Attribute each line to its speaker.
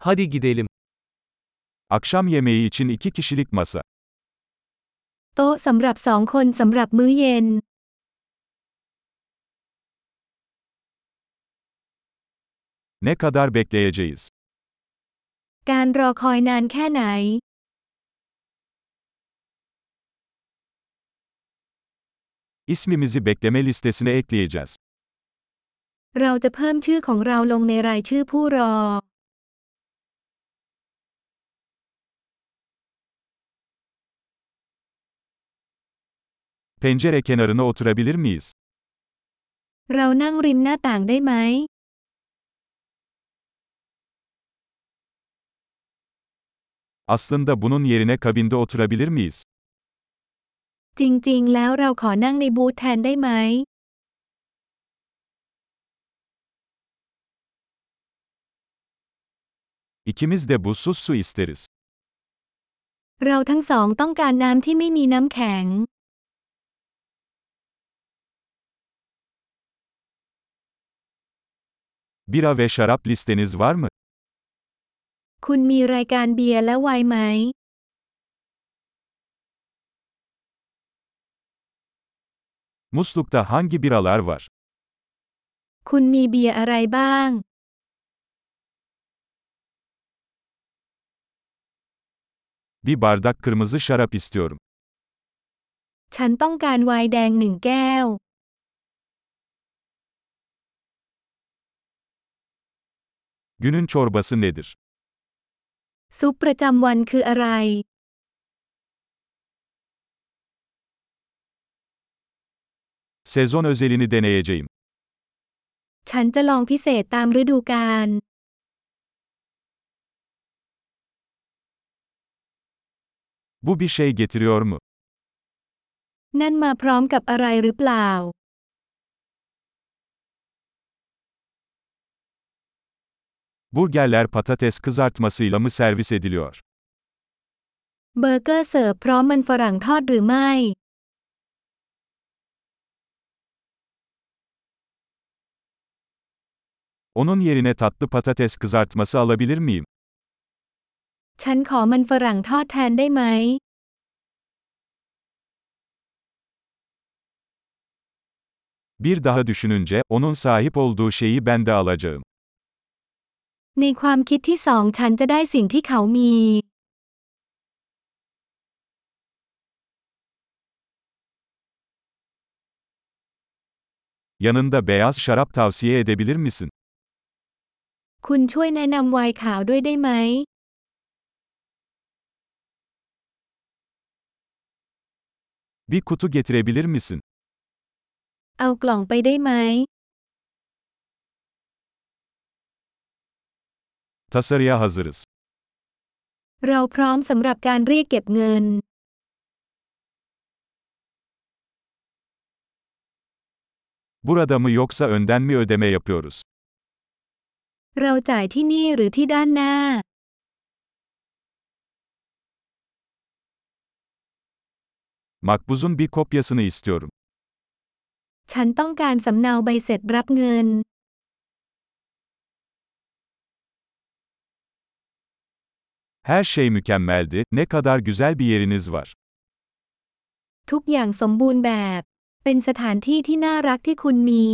Speaker 1: Hadi gidelim.
Speaker 2: Akşam yemeği için iki kişilik masa.
Speaker 3: โต๊ะสำหรับสองคนสำหรับมื้อเย็น
Speaker 2: Ne kadar bekleyeceğiz?
Speaker 3: การรอคอยนานแค่ไหน
Speaker 2: İsmimizi bekleme listesine ekleyeceğiz.
Speaker 3: เราจะเพิ่มชื่อของเราลงในรายชื่อผู้รอ
Speaker 2: Pencere kenarına oturabilir miyiz?
Speaker 3: เรานั่งริมหน้าต่างได้ไหม
Speaker 2: Aslında bunun yerine kabinde oturabilir miyiz?
Speaker 3: จริงๆ แล้วเราขอนั่งในบูธแทนได้ไหม
Speaker 2: İkimiz de buzsuz su isteriz.
Speaker 3: เราทั้งสองต้องการน้ำที่ไม่มีน้ำแข็ง
Speaker 2: Bira ve şarap listeniz var mı?
Speaker 3: คุณมีรายการเบียร์และไวน์ไหม
Speaker 2: Muslukta hangi biralar var?
Speaker 3: คุณมีเบียร์อะไรบ้าง
Speaker 2: Bir bardak kırmızı şarap istiyorum.
Speaker 3: ฉันต้องการไวน์แดงหนึ่งแก้ว
Speaker 2: Günün çorbası nedir?
Speaker 3: ซุปประจำวันคืออะไร
Speaker 2: Sezon özelini deneyeceğim.
Speaker 3: ฉันจะลองพิเศษตามฤดูกาล
Speaker 2: Bu bir şey getiriyor mu?
Speaker 3: นั่นมาพร้อมกับอะไรหรือเปล่า
Speaker 2: Burgerler patates kızartmasıyla mı servis ediliyor?
Speaker 3: เบอร์เกอร์เสิร์ฟพร้อมมันฝรั่งทอดหรือไม่
Speaker 2: Onun yerine tatlı patates kızartması alabilir miyim?
Speaker 3: ฉันขอมันฝรั่งทอดแทนได้ไหม
Speaker 2: Bir daha düşününce, onun sahip olduğu şeyi ben de alacağım.
Speaker 3: ในความคิดที่สองฉันจะได้สิ่งที่เขามี
Speaker 2: Yanında beyaz şarap tavsiye edebilir misin?
Speaker 3: คุณช่วยแนะนำไวน์ขาวด้วยได้ไหม
Speaker 2: Bir kutu getirebilir misin?
Speaker 3: เอากล่องไปได้ไหม
Speaker 2: Tasarıya hazırız.
Speaker 3: เราพร้อมสำหรับการเรียกเก็บเงิน
Speaker 2: Burada mı yoksa önden mi ödeme yapıyoruz?
Speaker 3: เราจ่ายที่นี่หรือที่ด้านหน้า
Speaker 2: Makbuzun bir kopyasını istiyorum.
Speaker 3: ฉันต้องการสำเนาใบเสร็จรับเงิน
Speaker 2: Her şey mükemmeldi. Ne kadar güzel bir yeriniz var.
Speaker 3: ทุกอย่างสมบูรณ์แบบ เป็นสถานที่ที่น่ารักที่คุณมี